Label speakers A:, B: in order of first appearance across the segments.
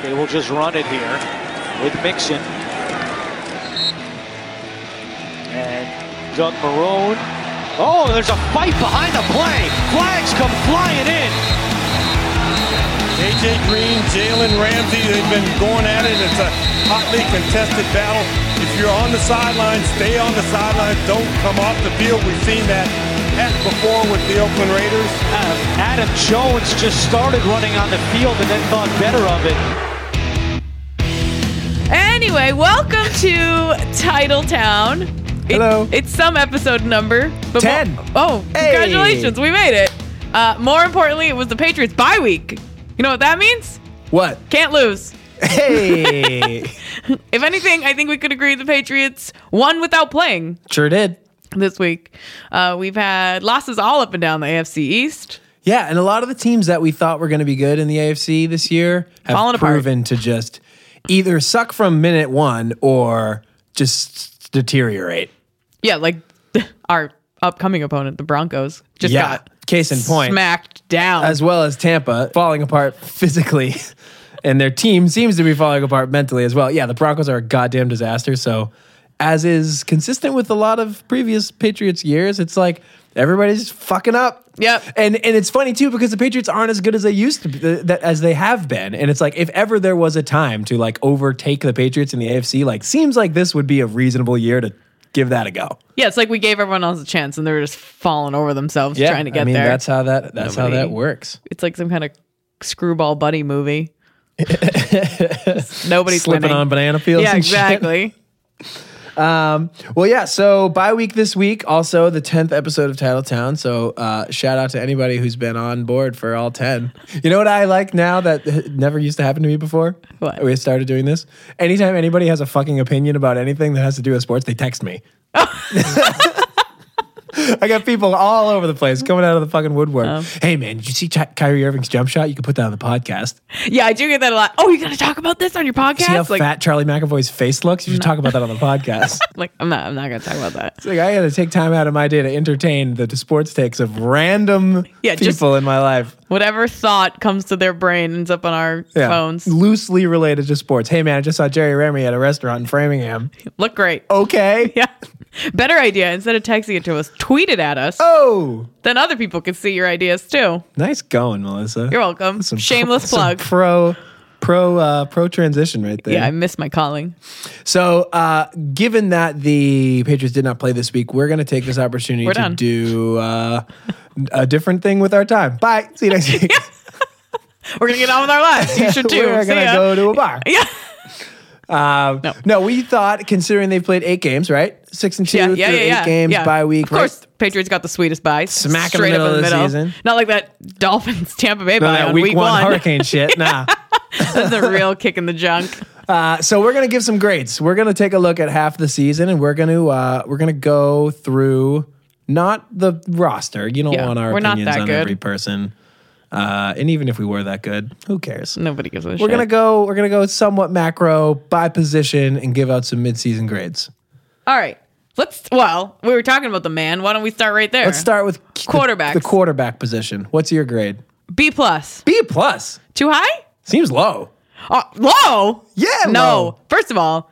A: They will just run it here with Mixon. And Doug Marone. Oh, there's a fight behind the play. Flags come flying in.
B: AJ Green, Jalen Ramsey, they've been going at it. It's a hotly contested battle. If you're on the sidelines, stay on the sidelines. Don't come off the field. We've seen that heck before with the Oakland Raiders.
A: Uh, Adam Jones just started running on the field and then thought better of it.
C: Anyway, welcome to Title Town. It-
D: Hello.
C: It's some episode number. But mo-
D: 10.
C: oh,
D: Hey.
C: congratulations. We made it. Uh, more importantly, it was the Patriots bye week. You know what that means?
D: What?
C: Can't lose.
D: Hey,
C: If anything, I think we could agree the Patriots won without playing
D: sure did.
C: this week. Uh, we've had losses all up and down the AFC East.
D: Yeah, and a lot of the teams that we thought were going to be good in the AFC this year have
C: Falling apart.
D: proven to just either suck from minute one or just deteriorate.
C: Yeah, like our upcoming opponent, the Broncos, just
D: yeah,
C: got
D: case in point,
C: smacked down.
D: as well as Tampa falling apart physically, and their team seems to be falling apart mentally as well. Yeah, the Broncos are a goddamn disaster. So, as is consistent with a lot of previous Patriots years, it's like everybody's fucking up.
C: Yep.
D: And and it's funny too because the Patriots aren't as good as they used to be, th- that as they have been. And it's like if ever there was a time to like overtake the Patriots in the AFC, like seems like this would be a reasonable year to give that a go.
C: Yeah, it's like we gave everyone else a chance and they were just falling over themselves trying to get
D: I mean
C: there.
D: that's how that that's
C: Nobody-
D: how that works.
C: it's like some kind of screwball buddy movie. Nobody's
D: Slipping
C: winning.
D: on banana peels.
C: yeah,
D: and shit.
C: exactly.
D: Well, yeah. So bye week this week, also the tenth episode of Titletown. So uh, shout out to anybody who's been on board for all ten. You know what I like now that h- never used to happen to me before.
C: What?
D: we started doing this. Anytime anybody has a fucking opinion about anything that has to do with sports, they text me. I got people all over the place coming out of the fucking woodwork.
C: Oh.
D: Hey man, did you see Ty- Kyrie Irving's jump shot? You could put that on the podcast.
C: Yeah, I do get that a lot. Oh, you gotta talk about this on your podcast?
D: See how
C: like,
D: fat Charlie McAvoy's face looks? You should talk about that on the podcast.
C: like I'm not I'm not gonna talk about that.
D: It's like I got to take time out of my day to entertain the sports takes of random
C: Yeah,
D: people
C: just-
D: in my life.
C: Whatever thought comes to their brain ends up on our
D: Yeah.
C: phones.
D: loosely related to sports. Hey man, I just saw Jerry Remy at a restaurant in Framingham.
C: Look great.
D: Okay.
C: Yeah. Better idea. Instead of texting it to us, tweet it at us.
D: Oh,
C: Then other people can see your ideas too.
D: nice going, Melissa.
C: You're welcome.
D: Some pro-
C: Shameless
D: some
C: plug.
D: pro, pro, uh, pro transition right there.
C: yeah, I miss my calling.
D: So, uh, given that the Patriots did not play this week, we're going to take this opportunity
C: We're
D: to
C: done.
D: do uh, a different thing with our time. Bye. See you next week.
C: We're gonna get on with our lives. You should too.
D: we're
C: See
D: going to
C: ya.
D: go to a bar.
C: Yeah.
D: Um, no.
C: No.
D: we thought considering they've played eight games, right? Six and two,
C: Yeah, yeah,
D: through
C: yeah,
D: eight
C: yeah.
D: games
C: yeah.
D: by week.
C: Of course, Patriots got the sweetest buy.
D: Smack in the
C: straight
D: middle
C: up in the
D: of the
C: middle.
D: season.
C: Not like that Dolphins Tampa Bay
D: right?
C: buy
D: None of
C: on
D: that week, one,
C: one.
D: hurricane shit. Nah.
C: That's the real kick in the junk.
D: Uh, so we're gonna give some grades. We're gonna take a look at half the season, and we're gonna uh, we're gonna go through not the roster. You don't
C: Yeah,
D: want our
C: we're not
D: opinions
C: that
D: on
C: good.
D: every person. Uh, and even if we were that good, who cares?
C: Nobody gives a shit.
D: We're gonna go. We're gonna go somewhat macro by position and give out some midseason grades.
C: All right. Let's. Well, we were talking about the man. Why don't we start right there?
D: Let's start with the-
C: Quarterbacks.
D: The, quarterback position. What's your grade?
C: B plus.
D: B plus.
C: Too high?
D: Seems low.
C: Uh, low.
D: Yeah,
C: No.
D: low.
C: First of all,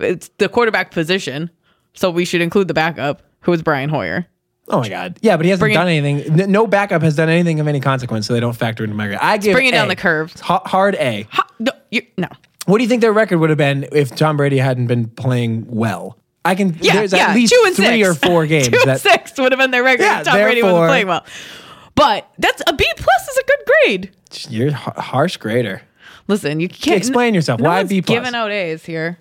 C: it's the quarterback position, so we should include the backup, who is Brian Hoyer.
D: Oh my god. Yeah, but he hasn't
C: Bringing-
D: done anything. n- No backup has done anything of any consequence, so they don't factor into my grade. I give
C: bringing down
D: A.
C: the curve.
D: Ha- hard A.
C: Ha, no, you, no.
D: What do you think their record would have been if Tom Brady hadn't been playing well? I can.
C: Yeah,
D: there's
C: yeah.
D: at least
C: two and
D: three
C: six.
D: or four games
C: two and
D: that
C: six would have been their record.
D: Yeah,
C: if Tom Brady
D: therefore-
C: wasn't playing well. But that's a B plus is a good grade.
D: you're a har- harsh grader.
C: Listen, you can't
D: Explain yourself.
C: no
D: Why
C: one's
D: B plus?
C: Giving out A's here.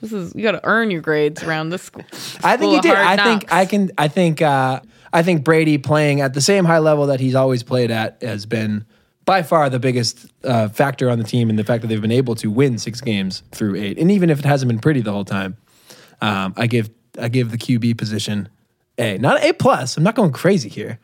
C: This is you got to earn your grades around this school.
D: I think
C: school
D: he
C: of
D: did.
C: hard
D: I
C: knocks.
D: think I can. I think. Uh, I think Brady playing at the same high level that he's always played at has been by far the biggest uh, factor on the team, and the fact that they've been able to win six games through eight, and even if it hasn't been pretty the whole time, um, I give I give the QB position a, not A plus. I'm not going crazy here.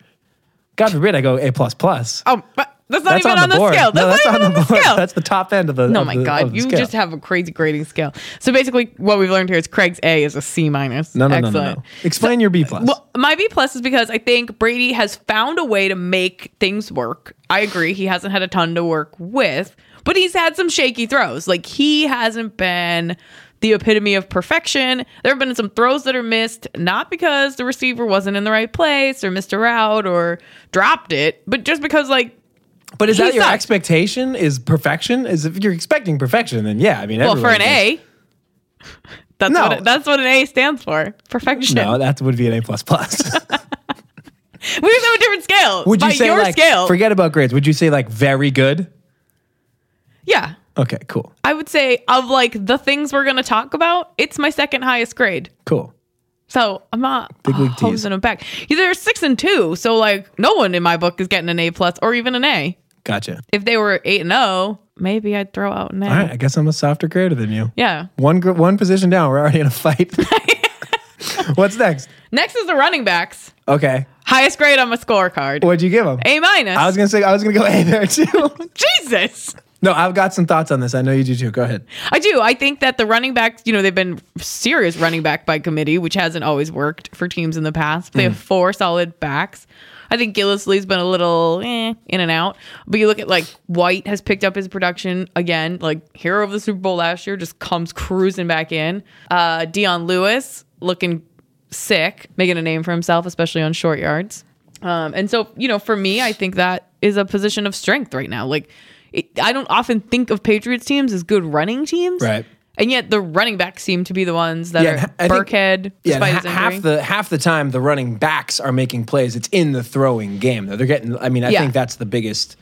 D: God forbid I go A plus plus.
C: Oh, but that's not even on the,
D: board.
C: scale.
D: No,
C: That's,
D: that's
C: not even
D: on the board.
C: scale.
D: That's the top end of the.
C: no,
D: of
C: my
D: the- of
C: God,
D: the
C: you
D: scale.
C: just have a crazy grading scale. So basically, what we've learned here is Craig's A is a C minus.
D: no, no, no,
C: Excellent.
D: no, no. Explain your B plus.
C: Well, my B plus is because I think Brady has found a way to make things work. I agree. He hasn't had a ton to work with, But he's had some shaky throws. Like he hasn't been the epitome of perfection. There have been some throws that are missed, not because the receiver wasn't in the right place or missed a route or dropped it, but just because like
D: But is
C: He
D: that your
C: sucked.
D: expectation? Is perfection? Is if you're expecting perfection, then yeah. I mean,
C: well for
D: everyone
C: an
D: does.
C: A. That's
D: No.
C: what it, that's what an A stands for. Perfection.
D: No, that would be an A plus plus.
C: we just have a different scale.
D: Would you
C: By
D: say
C: your
D: like
C: scale?
D: forget about grades? Would you say like very good?
C: yeah.
D: Okay, cool,
C: I would say of like the things we're gonna talk about, it's my second highest grade.
D: cool.
C: So I'm not
D: Big league tees.
C: hosing them back. They're six and two, so like no one in my book is getting an A plus or even an A.
D: Gotcha.
C: If they were eight and zero, maybe I'd throw out an A.
D: All right, I guess I'm a softer grader than you.
C: Yeah.
D: One gr- one position down, we're already in a fight. What's next?
C: Next is the running backs.
D: Okay,
C: Highest grade on my scorecard.
D: what'd you give him?
C: A minus.
D: I was gonna say I was gonna go A there too.
C: Jesus.
D: no, I've got some thoughts on this. I know you do too. Go ahead.
C: I do. I think that the running backs, you know, they've been serious running back by committee, which hasn't always worked for teams in the past. They have four solid backs. I think Gillislee's been a little eh, in and out, but you look at like White has picked up his production again. Like hero of the Super Bowl last year just comes cruising back in. Uh, Dion Lewis looking sick, making a name for himself, especially on short yards. Um, and so, you know, for me, I think that is a position of strength right now. Like, it, I don't often think of Patriots teams as good running teams,
D: Right.
C: And yet, the running backs seem to be the ones that
D: Yeah,
C: are
D: and I think-
C: Burkhead,
D: Yeah,
C: despite
D: and
C: his
D: ha-
C: injury.
D: half the half the time the running backs are making plays. It's in the throwing game though. They're getting. I mean, I
C: Yeah.
D: think that's the biggest.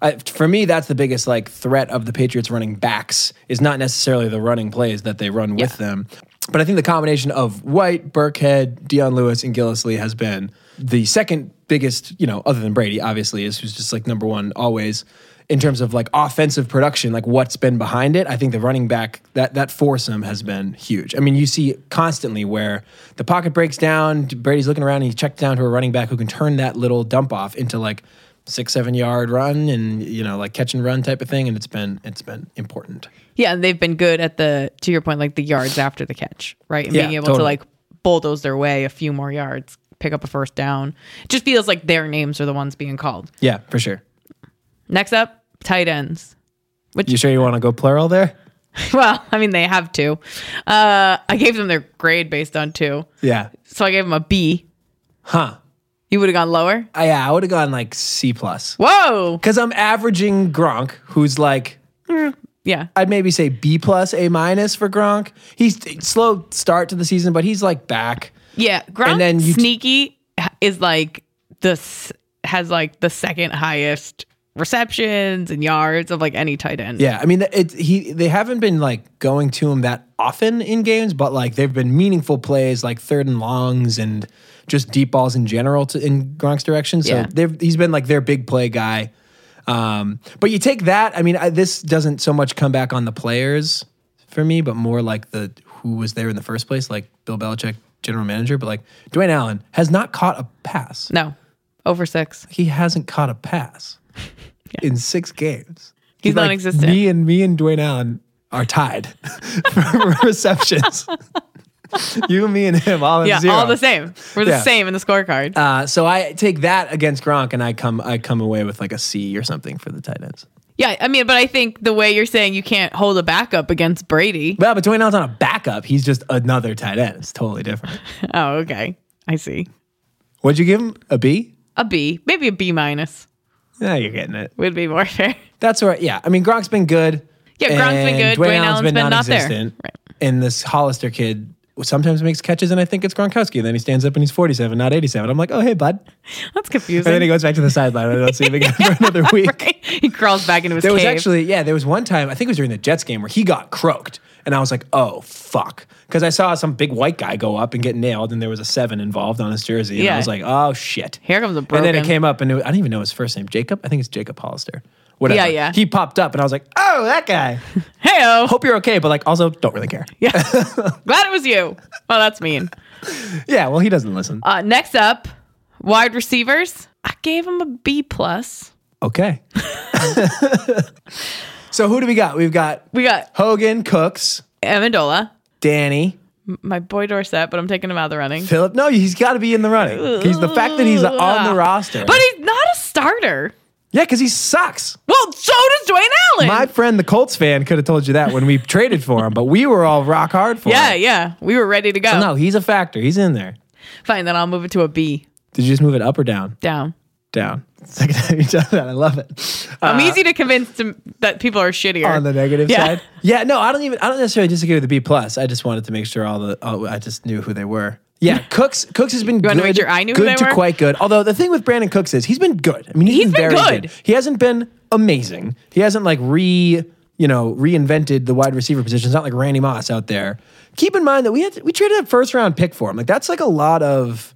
D: I, for me, that's the biggest like threat of the Patriots running backs is not necessarily the running plays that they run with
C: Yeah.
D: them, but I think the combination of White, Burkhead, Dion Lewis, and Gillisley has been the second biggest. You know, other than Brady, obviously, is who's just like number one always in terms of like offensive production, like what's been behind it, I think the running back that that foursome has been huge. I mean, you see constantly where the pocket breaks down, Brady's looking around, and he checked down to a running back who can turn that little dump off into like six, seven yard run and you know, like catch and run type of thing. And it's been it's been important.
C: yeah, and they've been good at the to your point, like the yards after the catch, right? And
D: Yeah,
C: being able to
D: totally.
C: like bulldoze their way a few more yards, pick up a first down. It just feels like their names are the ones being called.
D: Yeah, for sure.
C: Next up, tight ends.
D: You sure you want to go plural there?
C: Well, I mean, they have two. Uh, I gave them their grade based on two.
D: Yeah.
C: So I gave them a B.
D: Huh.
C: You would have gone lower?
D: I, Uh, yeah, I would have gone like C plus.
C: Whoa.
D: Because I'm averaging Gronk, who's like
C: Yeah.
D: I'd maybe say B plus, A minus for Gronk. He's slow start to the season, but he's like back.
C: Yeah. Gronk
D: And then you-
C: sneaky is like this has like the second highest receptions and yards of like any tight end.
D: Yeah, I mean, it's he. They haven't been like going to him that often in games, but like they've been meaningful plays, like third and longs, and just deep balls in general to, in Gronk's direction. So
C: Yeah.
D: they've, he's been like their big play guy. Um, but you take that. I mean, I, this doesn't so much come back on the players for me, but more like the who was there in the first place, like Bill Belichick, general manager. But like Dwayne Allen has not caught a pass.
C: No. Over six.
D: he hasn't caught a pass in six games. He's,
C: non-existent.
D: Me and me and Dwayne Allen are tied for receptions. you, me, and him all in
C: Yeah.
D: zero.
C: All the same. We're the
D: Yeah.
C: same in the scorecard.
D: Uh, so I take that against Gronk, and I come I come away with like a C or something for the tight ends.
C: yeah. I mean, but I think the way you're saying you can't hold a backup against Brady.
D: Well, but Dwayne Allen's on a backup. He's just another tight end. It's totally different.
C: Oh, okay. I see.
D: What'd you give him? A B?
C: A B, maybe a B minus
D: Now you're getting it.
C: would be more fair.
D: That's where, yeah. I mean, Gronk's been good.
C: Yeah, Gronk's been
D: and
C: good. Dwayne Allen's been not there.
D: non-existent.
C: Right.
D: And this Hollister kid sometimes makes catches, and I think it's Gronkowski. And then he stands up and he's 47, not 87. I'm like, oh, hey, bud.
C: That's
D: And then he
C: confusing.
D: goes back to the sideline. and I don't see him again for another week.
C: Right? He crawls back into his
D: There was
C: cave.
D: actually, yeah, there was one time, I think it was during the Jets game, where he got croaked. And I was like, oh, fuck. Because I saw some big white guy go up and get nailed, and there was a seven involved on his jersey. And
C: Yeah.
D: I was like, oh, shit.
C: Here comes a
D: And then
C: broken.
D: it came up, and it, I didn't even know his first name. Jacob? I think it's Jacob Hollister. Whatever.
C: Yeah, yeah.
D: He popped up, and I was like, oh, that guy.
C: Heyo,
D: hope you're okay, but like also don't really care. Yeah.
C: glad it was you. Well, that's mean.
D: well, he doesn't listen.
C: Uh, next up, wide receivers. I gave him a B plus.
D: Okay. so who do we got? We've got
C: We got
D: Hogan, Cooks,
C: Amendola,
D: Danny,
C: my boy Dorsett, but I'm taking him out of the running.
D: Philip.
C: ah.
D: No, he's got to be in the running. He's the fact that he's on the roster.
C: But he's not a starter.
D: Yeah, because he sucks.
C: Well, so does Dwayne Allen.
D: My friend, the Colts fan, could have told you that when we traded for him, but we were all rock hard for
C: yeah,
D: him.
C: yeah. We were ready to go.
D: So no, he's a factor. He's in there.
C: Fine, then I'll move it to a B
D: Did you just move it up or down?
C: down.
D: Down. Second time you've done that. I love it.
C: I'm easy to convince to, that people are shittier.
D: Uh, on the negative
C: Yeah.
D: side. Yeah, no, I don't even. I don't necessarily disagree with the B plus. I just wanted to make sure all the. All, I just knew who they were. Yeah, Cooks. Cooks has been
C: wanna
D: good.
C: make sure I knew who
D: good
C: they
D: to
C: were?
D: quite good. Although the thing with Brandon Cooks is he's been good. I mean,
C: He's
D: he's been
C: been
D: very
C: good.
D: good. He hasn't been amazing. He hasn't like re you know reinvented the wide receiver position. It's not like Randy Moss out there. Keep in mind that we had we traded a first round pick for him. Like that's like a lot of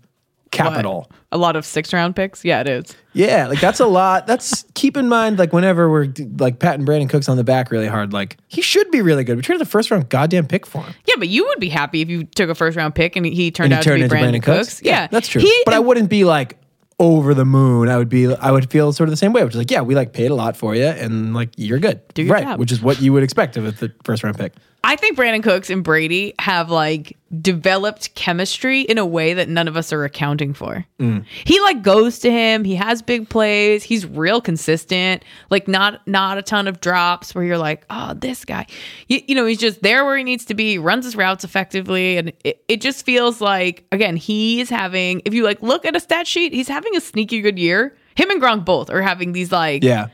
D: capital.
C: But A lot of six round picks. Yeah, it is.
D: Yeah, like that's a lot. That's keep in mind, like whenever we're like Pat and Brandon Cooks on the back really hard, like he should be really good. We traded the first round goddamn pick for him.
C: Yeah, but you would be happy if you took a first round pick and he turned
D: And he
C: out to be
D: into
C: Brandon, Cooks. Yeah,
D: that's true.
C: He-
D: but I wouldn't be like over the moon. I would be, I would feel sort of the same way, which is like, yeah, we like paid a lot for you, and like you're good,
C: Do your
D: right?
C: job.
D: Which is what you would expect of the first round pick.
C: I think Brandon Cooks and Brady have like developed chemistry in a way that none of us are accounting for.
D: Mm.
C: He like goes to him, he has big plays, he's real consistent, like not not a ton of drops where you're like, "Oh, this guy." You, you know, he's just there where he needs to be, runs his routes effectively and it, it just feels like again, he's having if you like look at a stat sheet, he's having a sneaky good year. Him and Gronk both are having these like
D: Yeah,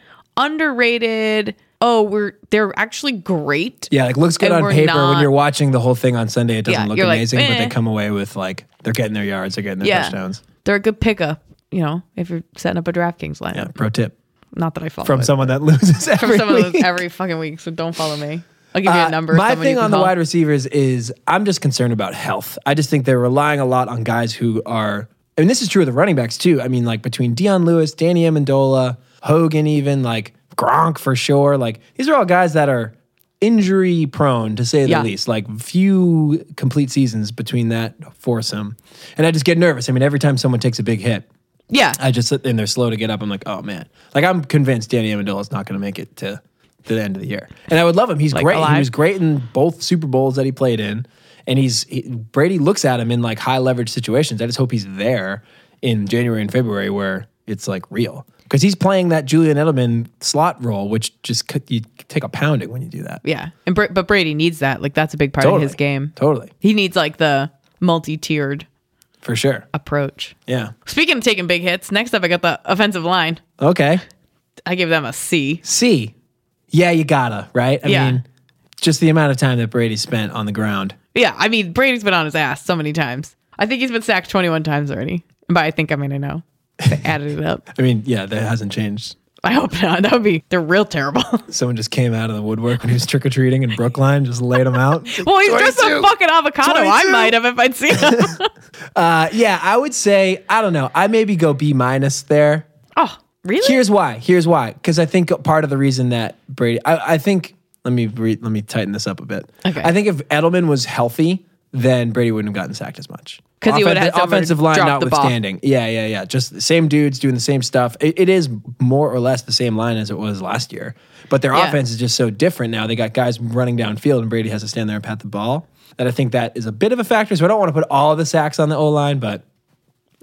C: underrated Oh, we're they're actually great.
D: yeah, like looks good
C: And
D: on
C: we're
D: paper when
C: not-
D: you're watching the whole thing on Sunday. It doesn't
C: Yeah,
D: look
C: you're like,
D: amazing, but they
C: eh.
D: come away with like they're getting their yards, they're getting their touchdowns.
C: They're a good pickup, you know, if you're setting up a DraftKings lineup.
D: Yeah, pro tip
C: Not that I follow
D: from
C: it.
D: someone that loses every
C: from someone
D: week.
C: who's every fucking week, so don't follow me. I'll give you
D: Uh,
C: a number. of
D: My
C: someone you
D: thing
C: can
D: on the
C: call.
D: wide receivers is I'm just concerned about health. I just think they're relying a lot on guys who are. I mean, this is true of the running backs too. I mean, like between Dion Lewis, Danny Amendola, Hogan, even like Gronk for sure. Like these are all guys that are injury prone to say the
C: Yeah.
D: least. Like few complete seasons between that foursome, and I just get nervous. I mean, every time someone takes a big hit,
C: Yeah.
D: I just and they're slow to get up. I'm like, oh man. Like I'm convinced Danny Amendola's not going to make it to the end of the year. And I would love him. He's great. He
C: alive?
D: was great in both Super Bowls that he played in. And he's he, Brady looks at him in like high leverage situations. I just hope he's there in January and February where it's like real because he's playing that Julian Edelman slot role, which just could, you take a pounding when you do that.
C: yeah. And Br- but Brady needs that. Like that's a big part of his game.
D: Totally,
C: He needs like the multi-tiered
D: for sure.
C: approach.
D: Yeah.
C: Speaking of taking big hits, next up I got the offensive line.
D: Okay.
C: I give them a C.
D: C. Yeah, you gotta right. I
C: Yeah.
D: mean, just the amount of time that Brady spent on the ground.
C: Yeah, I mean Brady's been on his ass so many times. I think he's been sacked 21 times already. But I think I mean I know. I added it up.
D: I mean, yeah, that hasn't changed.
C: I hope not. That would be they're real terrible.
D: Someone just came out of the woodwork when he was trick or treating in Brookline, just laid him out.
C: Well, he's just a
D: 22.
C: fucking avocado. I
D: 22.
C: might have if I'd seen him.
D: Uh, yeah, I would say I don't know. I maybe go B minus there.
C: oh, really?
D: Here's why. Here's why. Because I think part of the reason that Brady, I, I think let me re, let me tighten this up a bit.
C: Okay.
D: I think if Edelman was healthy, then Brady wouldn't have gotten sacked as much.
C: 'Cause he
D: Offen-
C: would've had
D: the
C: someone
D: offensive line
C: drop the ball.
D: notwithstanding. Yeah, yeah, yeah. Just the same dudes doing the same stuff. It, it is more or less the same line as it was last year, but their
C: Yeah.
D: offense is just so different now. They got guys running downfield, and Brady has to stand there and pat the ball. That I think that is a bit of a factor. So I don't want to put all the sacks on the O line, but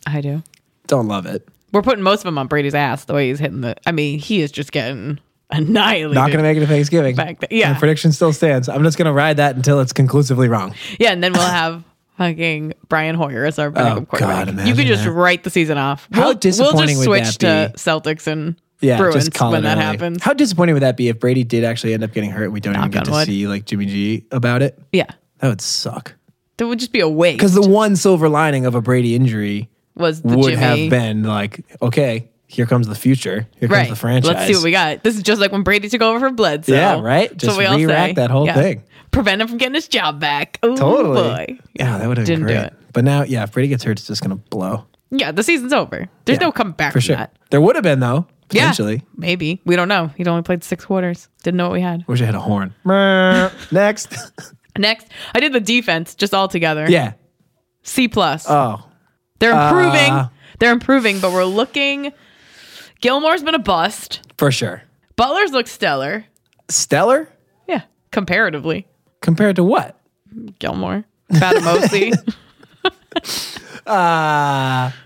C: I do.
D: don't love it.
C: We're putting most of them on Brady's ass the way he's hitting the. I mean, he is just getting annihilated.
D: Not going to make it to Thanksgiving.
C: Back th- yeah.
D: My prediction still stands. I'm just going to ride that until it's conclusively wrong.
C: yeah, and then we'll have fucking Brian Hoyer as our backup
D: Oh, God,
C: quarterback. you
D: imagine
C: could just
D: that.
C: write the season off.
D: How
C: we'll, we'll
D: disappointing
C: just
D: would
C: switch
D: that
C: to Celtics and
D: Yeah,
C: Bruins
D: just call
C: when
D: it
C: that
D: early.
C: happens.
D: How disappointing would that be if Brady did actually end up getting hurt and we don't even
C: Knock
D: get
C: on
D: to
C: wood.
D: see like Jimmy G about it?
C: yeah,
D: That would suck.
C: there would just be a waste.
D: Because the one silver lining of a Brady injury
C: was the
D: would
C: Jimmy.
D: have been like, okay, here comes the future. Here comes
C: Right.
D: the franchise.
C: Let's see what we got. This is just like when Brady took over for Bledsoe.
D: Yeah, right?
C: So
D: Just
C: we all
D: re-rack
C: say.
D: that whole thing.
C: Prevent him from getting his job back. Ooh,
D: Totally.
C: Boy.
D: Yeah, that would have been
C: Didn't do
D: great.
C: it.
D: But now, yeah, if Brady gets hurt, it's just going to blow.
C: Yeah, the season's over. There's
D: Yeah,
C: no comeback
D: For sure.
C: From that.
D: There would have been, though,
C: Yeah,
D: potentially.
C: maybe we don't know. He'd only played six quarters. Didn't know what we had.
D: Wish I had a horn. Next.
C: Next, I did the defense just all together.
D: yeah.
C: C plus.
D: Oh,
C: They're improving.
D: uh,
C: They're improving, but we're looking. Gilmore's been a bust.
D: for sure.
C: Butler's looked stellar.
D: Stellar
C: Yeah, comparatively,
D: compared to what?
C: Gilmore, Fatamosi.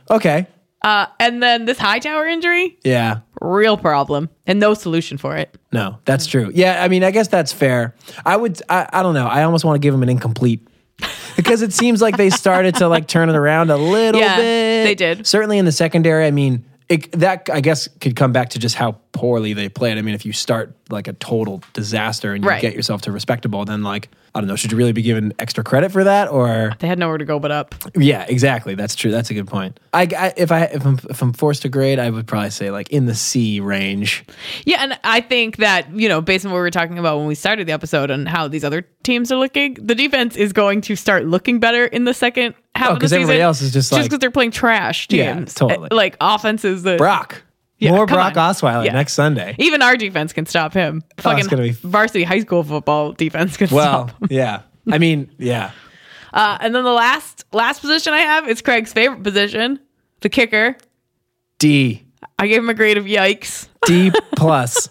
D: Okay.
C: Uh, and then this Hightower injury,
D: Yeah.
C: real problem and no solution for it.
D: No, that's true. Yeah, I mean, I guess that's fair. I would, I, I don't know. I almost want to give him an incomplete because it seems like they started to like turn it around a little
C: Yeah,
D: bit.
C: they did.
D: Certainly in the secondary. I mean, it, that I guess could come back to just how poorly they played. I mean, if you start like a total disaster and you
C: Right.
D: get yourself to respectable, then like I don't know, should you really be given extra credit for that or?
C: They had nowhere to go but up.
D: Yeah, exactly. That's true. That's a good point. I, I if I if I'm, if I'm forced to grade, I would probably say like in the C range.
C: Yeah, and I think that, you know, based on what we were talking about when we started the episode and how these other teams are looking, the defense is going to start looking better in the second half
D: Oh,
C: of the
D: 'cause
C: season.
D: everybody else is just like-
C: because they're playing trash teams.
D: Yeah, totally.
C: Uh, Like offenses that
D: Brock.
C: Yeah,
D: More
C: come
D: Brock
C: on.
D: Osweiler
C: Yeah.
D: next Sunday.
C: even our defense can stop him. Fucking
D: Oh, gonna be-
C: varsity high school football defense can
D: Well,
C: stop.
D: yeah. I mean, yeah.
C: Uh, and then the last last position I have is Craig's favorite position, the kicker.
D: D.
C: I gave him a grade of yikes.
D: D plus.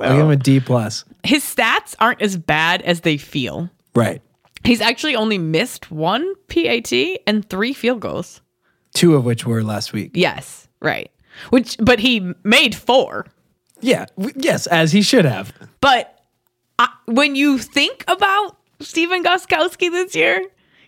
D: I'll give him a D plus.
C: His stats aren't as bad as they feel.
D: Right.
C: He's actually only missed one PAT and three field goals.
D: Two of which were last week.
C: Yes, right. Which, but he made four.
D: Yeah. w- Yes, as he should have.
C: But I, when you think about Steven Goskowski this year,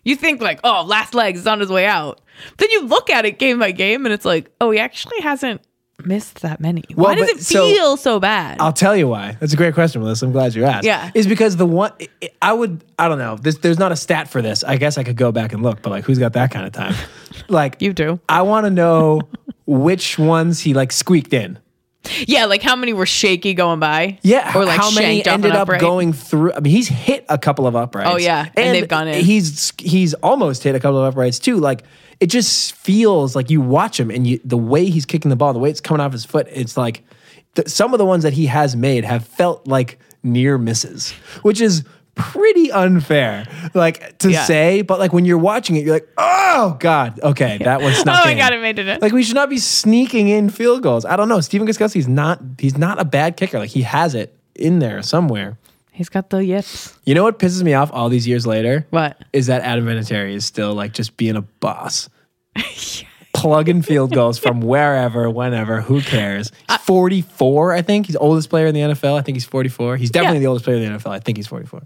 C: you think like, oh, last legs is on his way out. Then you look at it game by game, and it's like, oh, he actually hasn't missed that many. Why
D: Well,
C: does
D: but-
C: it
D: so- uh,
C: feel so, bad?
D: I'll tell you why. That's a great question, Melissa. I'm glad you asked.
C: Yeah.
D: Is because the one I- I- I would I don't know. This, there's not a stat for this. I guess I could go back and look, but like who's got that kind of time? Like
C: You do.
D: I want to know which ones he like squeaked in.
C: yeah, like how many were shaky going by?
D: Yeah,
C: or like
D: how many
C: shanked off an
D: ended up
C: upright?
D: going through? I mean, he's hit a couple of uprights.
C: Oh, yeah, and they've gone in.
D: He's he's almost hit a couple of uprights too. Like it just feels like you watch him and you the way he's kicking the ball, the way it's coming off his foot, it's like th- some of the ones that he has made have felt like near misses, which is pretty unfair, like to
C: Yeah.
D: say. But like when you're watching it, you're like, oh god, okay, that one's
C: Oh
D: not.
C: my god, it made it in.
D: Like we should not be sneaking in field goals. I don't know. Steven Gostkowski's not he's not a bad kicker. Like he has it in there somewhere.
C: He's got the yips.
D: You know what pisses me off all these years later?
C: What?
D: Is that Adam Vinatieri is still like just being a boss. Plugging field goals from wherever, whenever, who cares? He's 44, I think. He's the oldest player in the NFL. I think he's 44. He's definitely
C: Yeah.
D: the oldest player in the NFL. I think he's 44.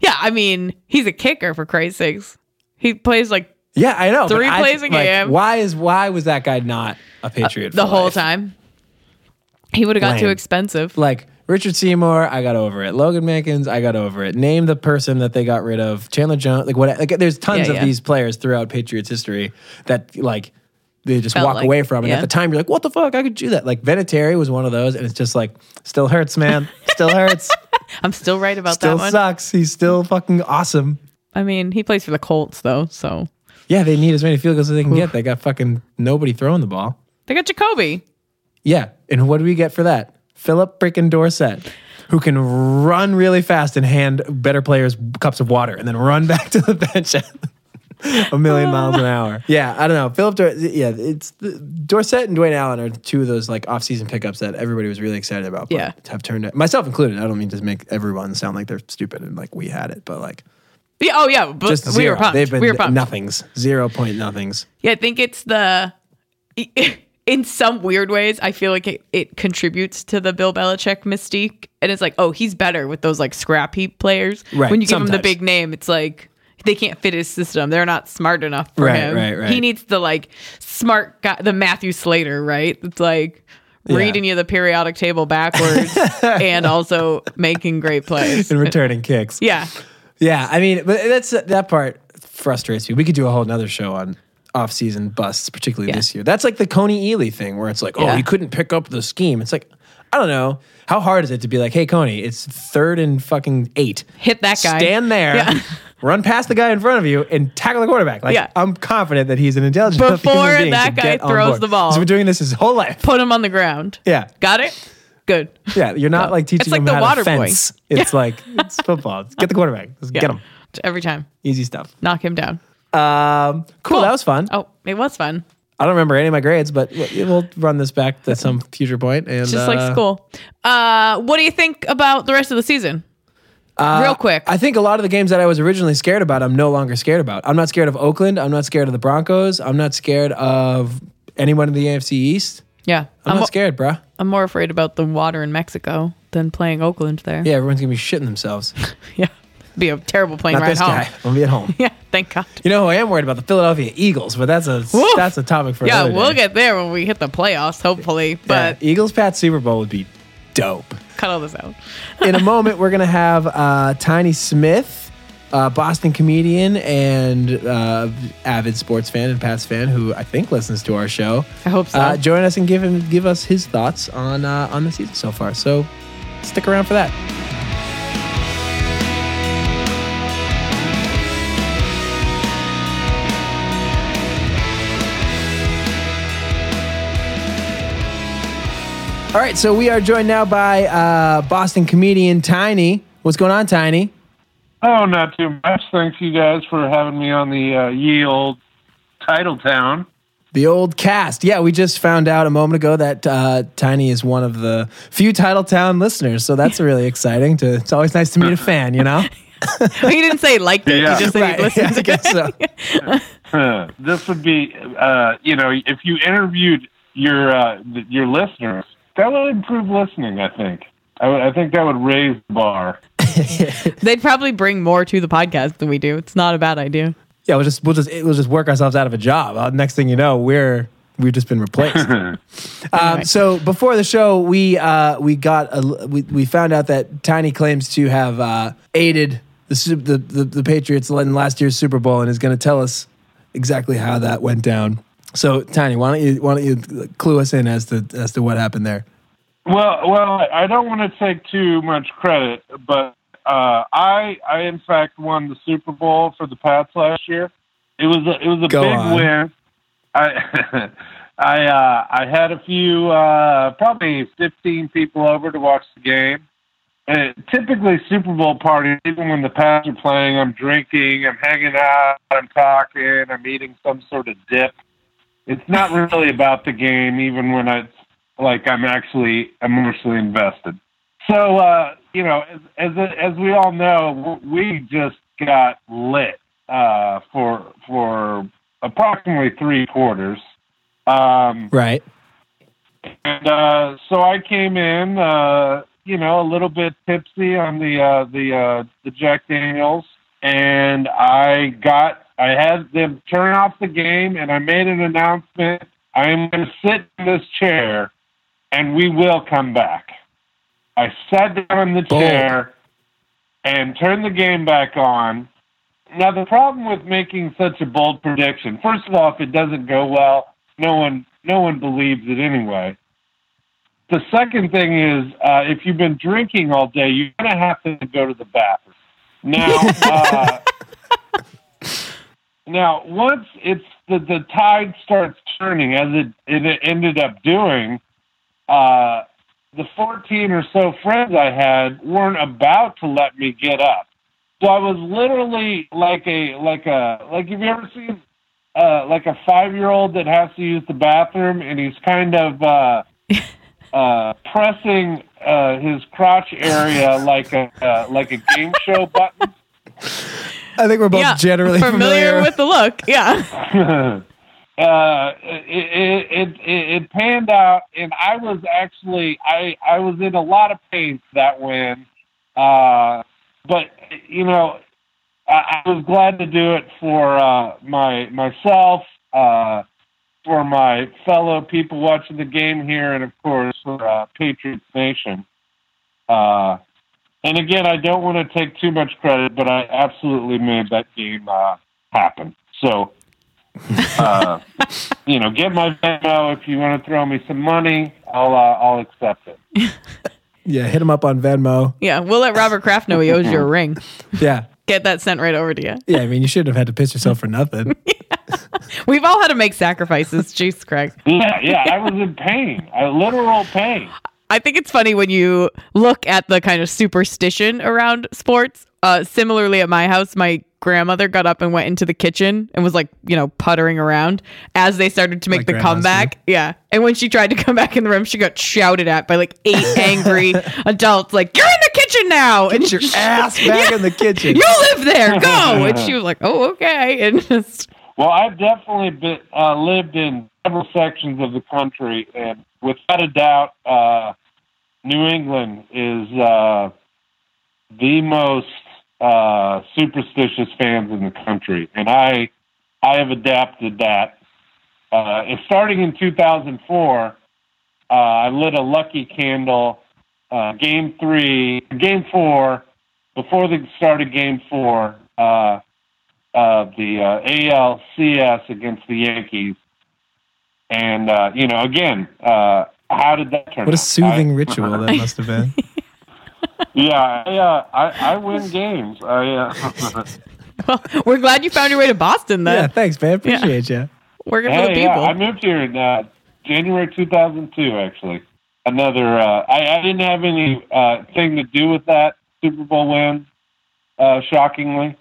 C: Yeah, I mean, he's a kicker for Christ's sakes. He plays like
D: Yeah, I know. but
C: Three
D: I-
C: plays a
D: like,
C: game. Uh,
D: Why is why was that guy not a Patriot?
C: the
D: for
C: whole
D: life?
C: time. He would have got too
D: Lame.
C: expensive.
D: like Richard Seymour, I got over it. Logan Mankins, I got over it. Name the person that they got rid of. Chandler Jones, like what? Like there's tons
C: Yeah,
D: of
C: yeah.
D: these players throughout Patriots history that like they just
C: Felt
D: walk
C: like-
D: away from. And
C: yeah.
D: at the time, you're like, what the fuck? I could do that. Like Vinatieri was one of those, and it's just like still hurts, man. Still hurts.
C: I'm still right about
D: still
C: that one.
D: sucks. He's still fucking awesome.
C: I mean, he plays for the Colts though, so
D: Yeah, they need as many field goals as they can get. They got fucking nobody throwing the ball.
C: they got Jacoby.
D: Yeah. And what do we get for that? Philip freaking Dorset, who can run really fast and hand better players cups of water and then run back to the bench at a million miles an hour. Yeah, I don't know. Philip Dorset, yeah, it's Dorset and Dwayne Allen are two of those like offseason pickups that everybody was really excited about. But
C: Yeah.
D: Have turned out, myself included. I don't mean to make everyone sound like they're stupid and like we had it, but like
C: Yeah, oh yeah, but
D: just
C: we
D: zero.
C: were pumped.
D: They've been
C: we were pumped.
D: nothings, zero point nothings.
C: Yeah, I think it's the in some weird ways, I feel like it, it contributes to the Bill Belichick mystique. And it's like, oh, he's better with those like scrap heap players.
D: Right,
C: When you give him the
D: sometimes.
C: big name, it's like they can't fit his system. They're not smart enough for
D: Right,
C: him.
D: right, right.
C: He needs the like smart guy, the Matthew Slater, right? It's like reading you the periodic table backwards and also making great plays.
D: And returning kicks.
C: Yeah.
D: Yeah, I mean, but that's that part frustrates me. We could do a whole another show on off-season busts, particularly
C: Yeah.
D: this year. That's like the Coney Ely thing, where it's like, oh,
C: Yeah.
D: you couldn't pick up the scheme. It's like, I don't know, how hard is it to be like, hey, Coney, it's third and fucking eight.
C: Hit that guy.
D: Stand there.
C: Yeah.
D: Run past the guy in front of you and tackle the quarterback. Like
C: Yeah.
D: I'm confident that he's an intelligent enough human
C: Before
D: being
C: that
D: to
C: guy
D: get on
C: throws
D: board.
C: the ball.
D: He's been doing this his whole life.
C: Put him on the ground.
D: Yeah,
C: Got it? Good.
D: yeah. You're not like teaching
C: It's like
D: him
C: the
D: how
C: water
D: to
C: boy.
D: fence. It's like it's football. Get the quarterback. Just
C: Yeah.
D: Get him.
C: Every time.
D: Easy stuff.
C: Knock him down.
D: Um, cool,
C: Cool.
D: That was fun.
C: Oh, it was fun.
D: I don't remember any of my grades, but w- we'll run this back at some future point. And
C: Just
D: uh,
C: like school. Uh, what do you think about the rest of the season? Real quick.
D: Uh, I think a lot of the games that I was originally scared about, I'm no longer scared about. I'm not scared of Oakland. I'm not scared of the Broncos. I'm not scared of anyone in the AFC East.
C: yeah.
D: I'm, not scared, bruh.
C: I'm more afraid about the water in Mexico than playing Oakland there.
D: Yeah, everyone's gonna be shitting themselves.
C: Yeah. Be a terrible plane
D: Not
C: ride
D: this
C: home.
D: guy. I'm gonna be at home.
C: Yeah, thank God.
D: You know who I am worried about? The Philadelphia Eagles, but that's a
C: Woof.
D: that's a topic for
C: Yeah,
D: another
C: we'll
D: day.
C: get there when we hit the playoffs, hopefully.
D: Yeah,
C: But
D: Eagles Pat Super Bowl would be dope.
C: cut all this out.
D: In a moment, we're gonna have uh, Tiny Smith, uh, Boston comedian and uh, avid sports fan and Pats fan, who I think listens to our show.
C: I hope so.
D: Uh, join us and give him give us his thoughts on uh, on the season so far. So stick around for that. All right, so we are joined now by uh, Boston comedian Tiny. What's going on, Tiny?
E: Oh, not too much. Thanks, you guys, for having me on the uh, ye old Title Town.
D: The old cast. Yeah, we just found out a moment ago that uh, Tiny is one of the few Titletown listeners, so that's really exciting. To it's always nice to meet a fan, you know.
C: he didn't say he liked it.
E: Yeah.
C: He just said he
D: yeah,
C: listened
D: I
C: to it.
D: guess so.
E: Huh. This would be, uh, you know, if you interviewed your uh, th- your listeners, that would improve listening. I think. I would- I think that would raise the bar.
C: They'd probably bring more to the podcast than we do. It's not a bad idea.
D: Yeah, we'll just we'll just we'll just work ourselves out of a job. Uh, next thing you know, we're we've just been replaced. um, so before the show, we uh, we got a, l- we we found out that Tiny claims to have uh, aided the, Su- the the the Patriots in last year's Super Bowl and is going to tell us exactly how that went down. So Tiny, why don't you why don't you clue us in as to as to what happened there?
E: Well, well, I don't want to take too much credit, but uh, I, I in fact won the Super Bowl for the Pats last year. It was a, it was a
D: Go
E: big
D: on.
E: win. I, I, uh, I had a few, uh, probably fifteen people over to watch the game. And typically, Super Bowl parties, even when the Pats are playing, I'm drinking, I'm hanging out, I'm talking, I'm eating some sort of dip it's not really about the game, even when it's like I'm actually emotionally invested. So uh, you know, as as, as we all know, w- we just got lit uh, for for approximately three quarters. Um,
D: Right.
E: and uh, so I came in, uh, you know, a little bit tipsy on the uh, the uh, the Jack Daniels, and I got I had them turn off the game, and I made an announcement: I am going to sit in this chair, and we will come back. I sat down in the
D: Bold.
E: chair and turned the game back on. Now the problem with making such a bold prediction, first of all, if it doesn't go well, no one no one believes it anyway the second thing is uh, if you've been drinking all day, you're going to have to go to the bathroom. Now, uh, now once it's the, the tide starts turning, as it, it ended up doing, uh, the 14 or so friends I had weren't about to let me get up. So I was literally like a like a like have you ever seen uh, like a five year old that has to use the bathroom and he's kind of uh, uh, pressing uh, his crotch area like a uh, like a game show button.
D: I think we're both
C: yeah.
D: generally familiar,
C: with the look. Yeah.
E: uh, it, it, it it panned out, and I was actually I I was in a lot of pain for that win, uh, but you know I, I was glad to do it for uh, my myself, uh, for my fellow people watching the game here, and of course for uh, Patriots Nation. Uh, and again, I don't want to take too much credit, but I absolutely made that game uh, happen. So, uh, you know, get my Venmo if you want to throw me some money. I'll uh, I'll accept it.
D: yeah, hit him up on Venmo.
C: Yeah. We'll let Robert Kraft know he owes you a ring.
D: Yeah.
C: Get that sent right over to you.
D: Yeah, I mean, you shouldn't have had to piss yourself for nothing.
C: We've all had to make sacrifices. Jeez, Craig.
E: Yeah, yeah, I was in pain, I literal pain.
C: I think it's funny when you look at the kind of superstition around sports. Uh, similarly, at my house, my grandmother got up and went into the kitchen and was like, you know, puttering around as they started to make
D: Like
C: the
D: grandmas
C: comeback. Yeah. And when she tried to come back in the room, she got shouted at by like eight angry adults, like, you're in the kitchen now. and
D: Get your ass back in the kitchen.
C: You live there. Go. And she was like, oh, okay. And just,
E: Well, I've definitely been, uh, lived in several sections of the country, and without a doubt, uh, New England is uh, the most uh, superstitious fans in the country, and I I have adapted that. Uh, and starting in 2004, uh, I lit a lucky candle. Uh, game three, game four, before the start of game four, uh, uh, the uh, ALCS against the Yankees. And, uh, you know, again, uh, how did that turn out?
D: What a soothing
E: I-
D: ritual that must have been.
E: Yeah, I, uh, I, I win games. I, uh,
C: Well, we're glad you found your way to Boston then.
D: yeah, thanks, man. Appreciate you.
C: Working for the
E: hey,
C: people.
E: yeah, I moved here in uh, January 2002, actually. Another, uh, I, I didn't have any uh, thing to do with that Super Bowl win, uh, shockingly.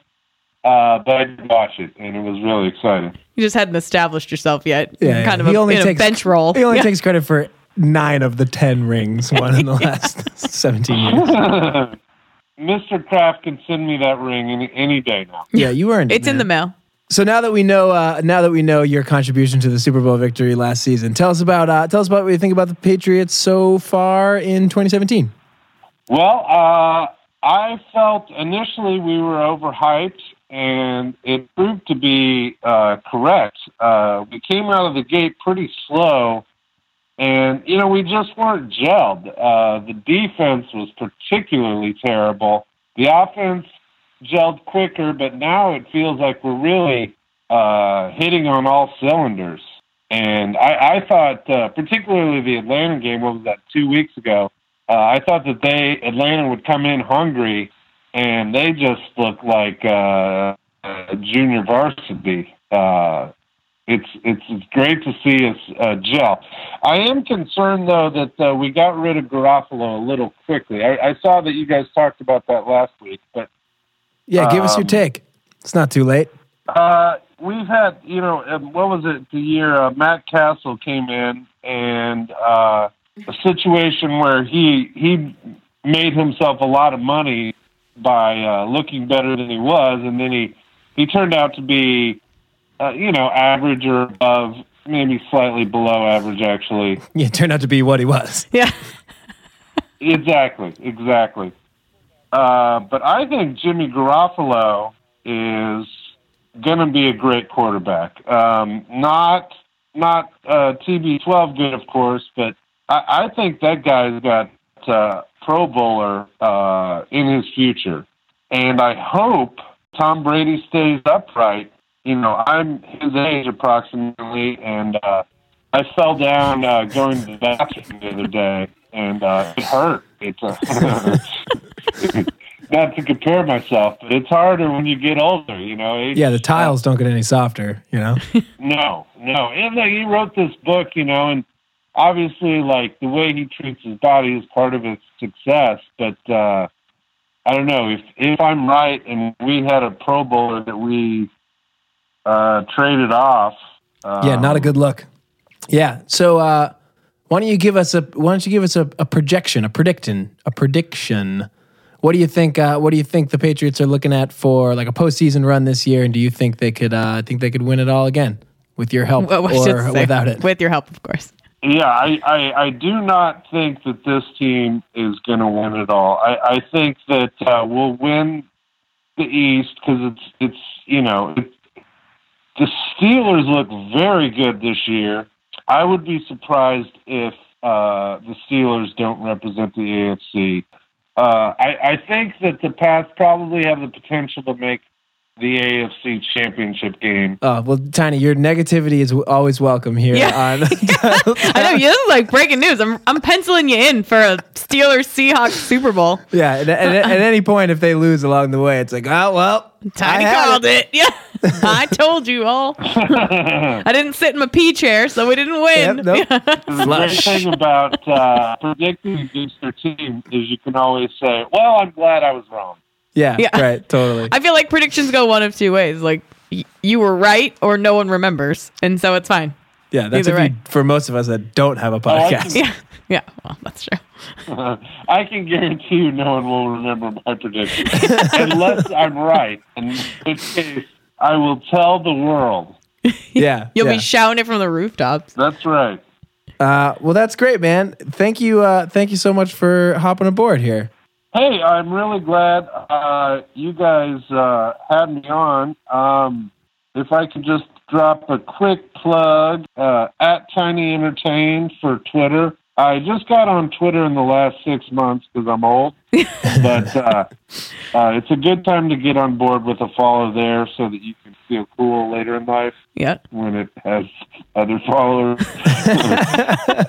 E: Uh, but I did watch it, and it was really exciting.
C: you just hadn't established yourself yet.
D: Yeah,
C: kind
D: yeah.
C: of a, in a bench role.
D: He only
C: Yeah.
D: takes credit for nine of the ten rings won in the last seventeen years.
E: Mr. Kraft can send me that ring any, any day now.
D: Yeah, you earned it.
C: it's in the
D: man.
C: mail.
D: So now that we know, uh, now that we know your contribution to the Super Bowl victory last season, tell us about uh, tell us about what you think about the Patriots so far in 2017.
E: Well, uh, I felt initially we were overhyped, and it proved to be uh, correct. Uh, we came out of the gate pretty slow, and you know we just weren't gelled. Uh, the defense was particularly terrible. The offense gelled quicker, but now it feels like we're really uh, hitting on all cylinders. And I, I thought, uh, particularly the Atlanta game, what was that, two weeks ago? Uh, I thought that they Atlanta would come in hungry, and they just look like uh, uh, junior varsity. Uh, it's it's it's great to see us uh, gel. I am concerned though that uh, we got rid of Garofalo a little quickly. I, I saw that you guys talked about that last week, but
D: Yeah, give us your
E: Um,
D: take. It's not too late.
E: uh, we've had, you know, um, what was it? The year uh, Matt Castle came in, and uh, a situation where he he made himself a lot of money by uh, looking better than he was, and then he he turned out to be, uh, you know, average or above, maybe slightly below average actually.
D: Yeah, it turned out to be what he was.
C: Yeah.
E: Exactly, exactly. Uh, but I think Jimmy Garofalo is going to be a great quarterback. Um, not not uh, TB12 good, of course, but I, I think that guy's got uh, Pro Bowler uh, in his future, and I hope Tom Brady stays upright. You know, I'm his age approximately, and uh, I fell down uh, going to the bathroom the other day, and uh, it hurt. It's uh, not to compare myself, but it's harder when you get older. You know, age
C: uh,
D: Yeah, the tiles don't get any softer. You know.
E: no, no. And like, he wrote this book, you know, and obviously, like the way he treats his body is part of his success. But uh, I don't know if if I'm right, and we had a Pro Bowler that we uh, traded off. Um,
D: Yeah, not a good look. Yeah. So uh, why don't you give us a why don't you give us a, a projection, a prediction, a prediction? What do you think? Uh, what do you think the Patriots are looking at for like a postseason run this year? And do you think they could? Uh, think they could win it all again with your help
C: Well, I should
D: or
C: say,
D: without it?
C: With your help, of course.
E: Yeah, I, I, I do not think that this team is going to win it all. I, I think that uh, we'll win the East because it's it's you know it, the Steelers look very good this year. I would be surprised if uh, the Steelers don't represent the AFC. Uh, I, I think that the Pats probably have the potential to make the AFC Championship game.
D: Uh, well, Tiny, your negativity is w- always welcome here.
C: Yeah.
D: On,
C: I know you. This is like breaking news. I'm I'm penciling you in for a Steelers Seahawks Super Bowl.
D: yeah. At, at, at any point, if they lose along the way, it's like, oh well,
C: Tiny
D: I had
C: called it. Yeah. I told you all. I didn't sit in my pee chair, so we didn't win.
D: Yep, nope.
E: The great thing about uh, predicting against your team is you can always say, "Well, I'm glad I was wrong."
D: Yeah,
C: Yeah.
D: Right. Totally.
C: I feel like predictions go one of two ways. Like y- you were right or no one remembers. And so it's fine.
D: yeah. That's
C: either
D: if you-
C: way.
D: for most of us that don't have a
E: Oh, I
D: podcast.
E: can-
C: Yeah. Yeah. Well, that's true.
E: I can guarantee you, no one will remember my prediction unless I'm right. In which case, I will tell the world.
D: Yeah.
C: You'll
D: yeah.
C: be shouting it from the rooftops.
E: That's right.
D: uh, well, that's great, man. Thank you. Uh, thank you so much for hopping aboard here.
E: Hey, I'm really glad uh, you guys uh, had me on. Um, if I could just drop a quick plug uh, at Tiny Entertain for Twitter. I just got on Twitter in the last six months because I'm old, but uh, uh, it's a good time to get on board with a follow there so that you can feel cool later in life
C: Yeah.
E: when it has other followers.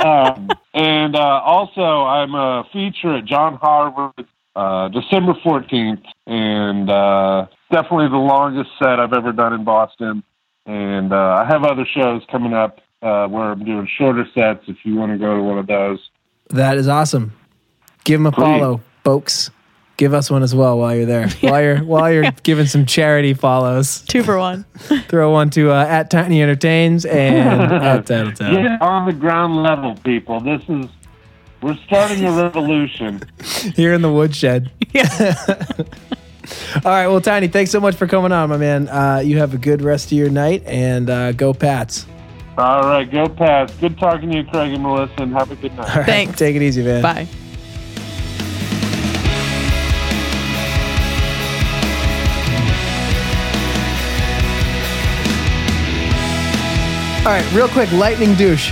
E: um, and uh, also, I'm a feature at John Harvard uh, December 14th, and uh, definitely the longest set I've ever done in Boston. And uh, I have other shows coming up uh, where I'm doing shorter sets if you want to go to one of those.
D: That is awesome. Give him a follow, folks. Give us one as well while you're there. While you're while you're giving some charity follows,
C: Two for one.
D: throw one to uh, at Tiny Entertains and at Tattletale.
E: Get on the ground level, people. This is, we're starting a revolution.
D: here in the woodshed.
C: Yeah.
D: All right, well, Tiny, thanks so much for coming on, my man. Uh, you have a good rest of your night and uh, go Pats.
E: All right, go Pats. Good talking to you, Craig and Melissa, and have a good night.
D: All right,
C: Thanks.
D: Take it easy, man.
C: Bye.
D: All right, real quick, lightning douche.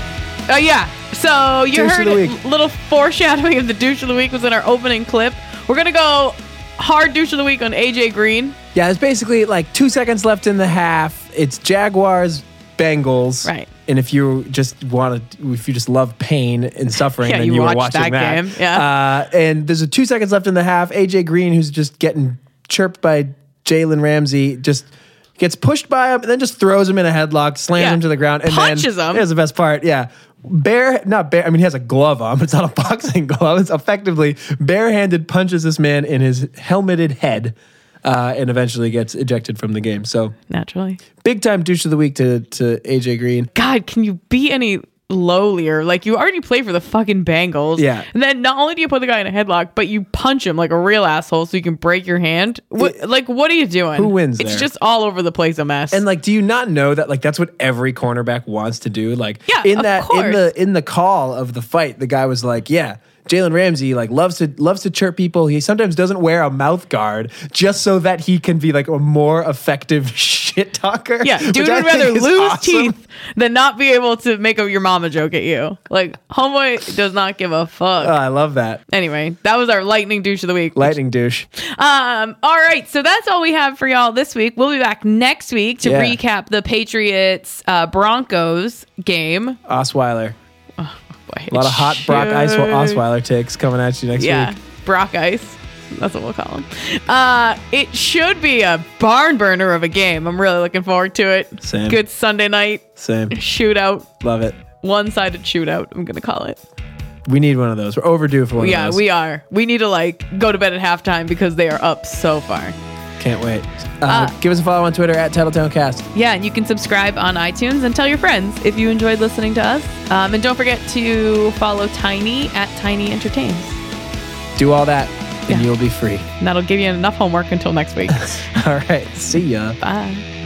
C: Oh yeah. So you
D: Douche of
C: heard
D: the
C: a
D: week.
C: little foreshadowing of the douche of the week was in our opening clip. We're gonna go hard douche of the week on AJ Green.
D: Yeah, it's basically like two seconds left in the half. It's Jaguars, Bengals.
C: Right.
D: And if you just want to, if you just love pain and suffering,
C: Yeah,
D: then
C: you
D: you, were
C: watched
D: watching
C: that
D: that,
C: game. Yeah.
D: Uh, and there's a two seconds left in the half. AJ Green, who's just getting chirped by Jalen Ramsey, just gets pushed by him, and then just throws him in a headlock, slams
C: Yeah.
D: him to the ground, and
C: Punches
D: then,
C: him.
D: That's the best part. Yeah. Bare, not bare. I mean, he has a glove on, but it's not a boxing glove. It's effectively barehanded punches this man in his helmeted head, uh, and eventually gets ejected from the game. So,
C: Naturally.
D: big time douche of the week to to AJ Green.
C: God, can you be any lowlier? Like you already play for the fucking Bengals.
D: Yeah.
C: And then not only do you put the guy in a headlock, but you punch him like a real asshole so you can break your hand. What like what are you doing?
D: Who wins
C: It's
D: there?
C: just all over the place a mess.
D: And like, do you not know that like that's what every cornerback wants to do? Like,
C: Yeah,
D: in
C: of
D: that in
C: course.
D: the in the call of the fight, the guy was like, yeah. Jalen Ramsey like loves to loves to chirp people. He sometimes doesn't wear a mouth guard just so that he can be like a more effective shit talker.
C: yeah,
D: which
C: dude
D: I
C: would
D: think
C: rather
D: is
C: lose
D: awesome.
C: teeth than not be able to make a, your mama joke at you. Like, homeboy does not give a fuck.
D: Oh, I love that
C: Anyway, that was our lightning douche of the week.
D: lightning douche.
C: Um, all right, so that's all we have for y'all this week. We'll be back next week to
D: Yeah.
C: recap the Patriots uh, Broncos game.
D: Osweiler,
C: Boy,
D: a lot of hot Brock Ice- Osweiler takes coming at you next
C: Yeah,
D: week.
C: Brock Ice. That's what we'll call him. Uh, it should be a barn burner of a game. I'm really looking forward to it.
D: Same.
C: Good Sunday night
D: Same,
C: shootout,
D: love it.
C: one-sided shootout. I'm gonna call it.
D: We need one of those. We're overdue for one
C: yeah,
D: of those.
C: we are. We need to like go to bed at halftime because they are up so far.
D: can't wait. Uh, give us a follow on Twitter at TattletownCast.
C: Yeah, and you can subscribe on iTunes and tell your friends if you enjoyed listening to us. Um, and don't forget to follow Tiny at Tiny Entertains.
D: Do all that, and
C: Yeah.
D: you'll be free.
C: And that'll give you enough homework until next week.
D: All right. See ya.
C: Bye.